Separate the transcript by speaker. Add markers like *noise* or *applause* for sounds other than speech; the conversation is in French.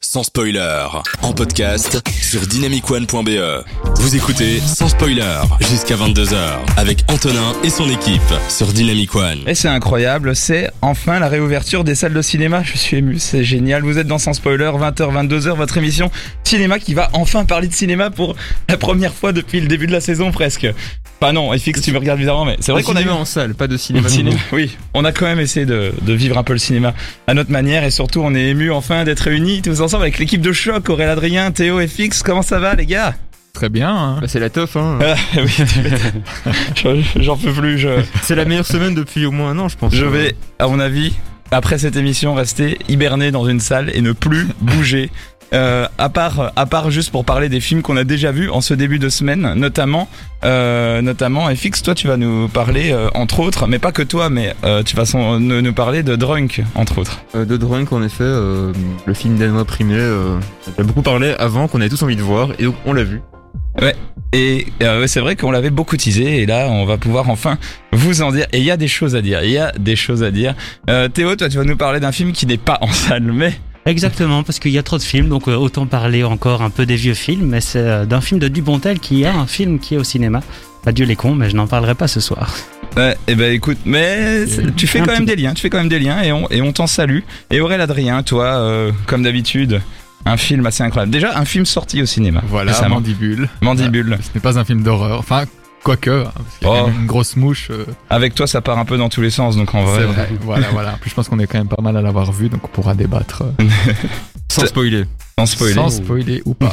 Speaker 1: sans spoiler. En podcast sur dynamicone.be. E. Vous écoutez sans spoiler jusqu'à 22h avec Antonin et son équipe sur Dynamic One.
Speaker 2: Et c'est incroyable, c'est enfin la réouverture des salles de cinéma. Je suis ému, c'est génial. Vous êtes dans Sans Spoiler, 20h, 22h, votre émission cinéma qui va enfin parler de cinéma pour la première fois depuis le début de la saison presque. Pas non, FX, tu me regardes bizarrement, mais c'est vrai
Speaker 3: Le
Speaker 2: qu'on a eu
Speaker 3: cinéma en salle, pas de cinéma.
Speaker 2: Ciné- Oui, on a quand même essayé de, de vivre un peu le cinéma à notre manière et surtout on est ému enfin d'être réunis tous ensemble avec l'équipe de choc, Aurélien Adrien, Théo et Fix. Comment ça va les
Speaker 3: *laughs*
Speaker 2: gars
Speaker 3: Très bien. hein. Bah, c'est la teuf. Hein.
Speaker 2: Ah, oui, tu m'étonnes. Je- *laughs* J'en peux plus, je,
Speaker 3: C'est la meilleure semaine depuis au moins un an, je pense.
Speaker 2: je vais, à mon avis, après cette émission, rester hiberné dans une salle et ne plus bouger. Euh, à part, à part juste pour parler des films qu'on a déjà vus en ce début de semaine, notamment, euh, notamment, et Fix, toi, tu vas nous parler euh, entre autres, mais pas que toi, mais euh, tu vas son- nous, nous parler de Drunk entre autres.
Speaker 3: Euh, de Drunk, en effet, euh, le film danois primé, euh, on a beaucoup parlé avant, qu'on avait tous envie de voir, et donc on l'a vu.
Speaker 2: Et euh, ouais, c'est vrai qu'on l'avait beaucoup teasé, et là, on va pouvoir enfin vous en dire. Et il y a des choses à dire, il y a des choses à dire. Euh, Théo, toi, tu vas nous parler d'un film qui n'est pas en salle, mais
Speaker 4: Exactement, parce qu'il y a trop de films, donc euh, autant parler encore un peu des vieux films, mais c'est euh, d'un film de Dubontel qui a un film qui est au cinéma. Adieu les cons, mais je n'en parlerai pas ce soir.
Speaker 2: Ouais, et ben écoute, mais c'est- tu fais
Speaker 4: Un
Speaker 2: quand même
Speaker 4: petit
Speaker 2: des liens, tu fais quand même des liens et on, et on t'en salue. Et Aurélien Adrien, toi, euh, comme d'habitude, un film assez incroyable. Déjà, un film sorti au cinéma.
Speaker 5: Voilà,
Speaker 2: récemment.
Speaker 5: Mandibule.
Speaker 2: Mandibule.
Speaker 5: Ce n'est pas un film d'horreur. Enfin, quoique, hein, parce qu'il y a
Speaker 2: Oh.
Speaker 5: quand même une grosse mouche. euh,
Speaker 2: Avec toi, ça part un peu dans tous les sens, donc en vrai.
Speaker 5: c'est vrai. voilà, voilà. En plus, je pense qu'on est quand même pas mal à l'avoir vu, donc on pourra débattre euh,
Speaker 3: Sans spoiler.
Speaker 2: Sans spoiler.
Speaker 5: sans spoiler ou pas.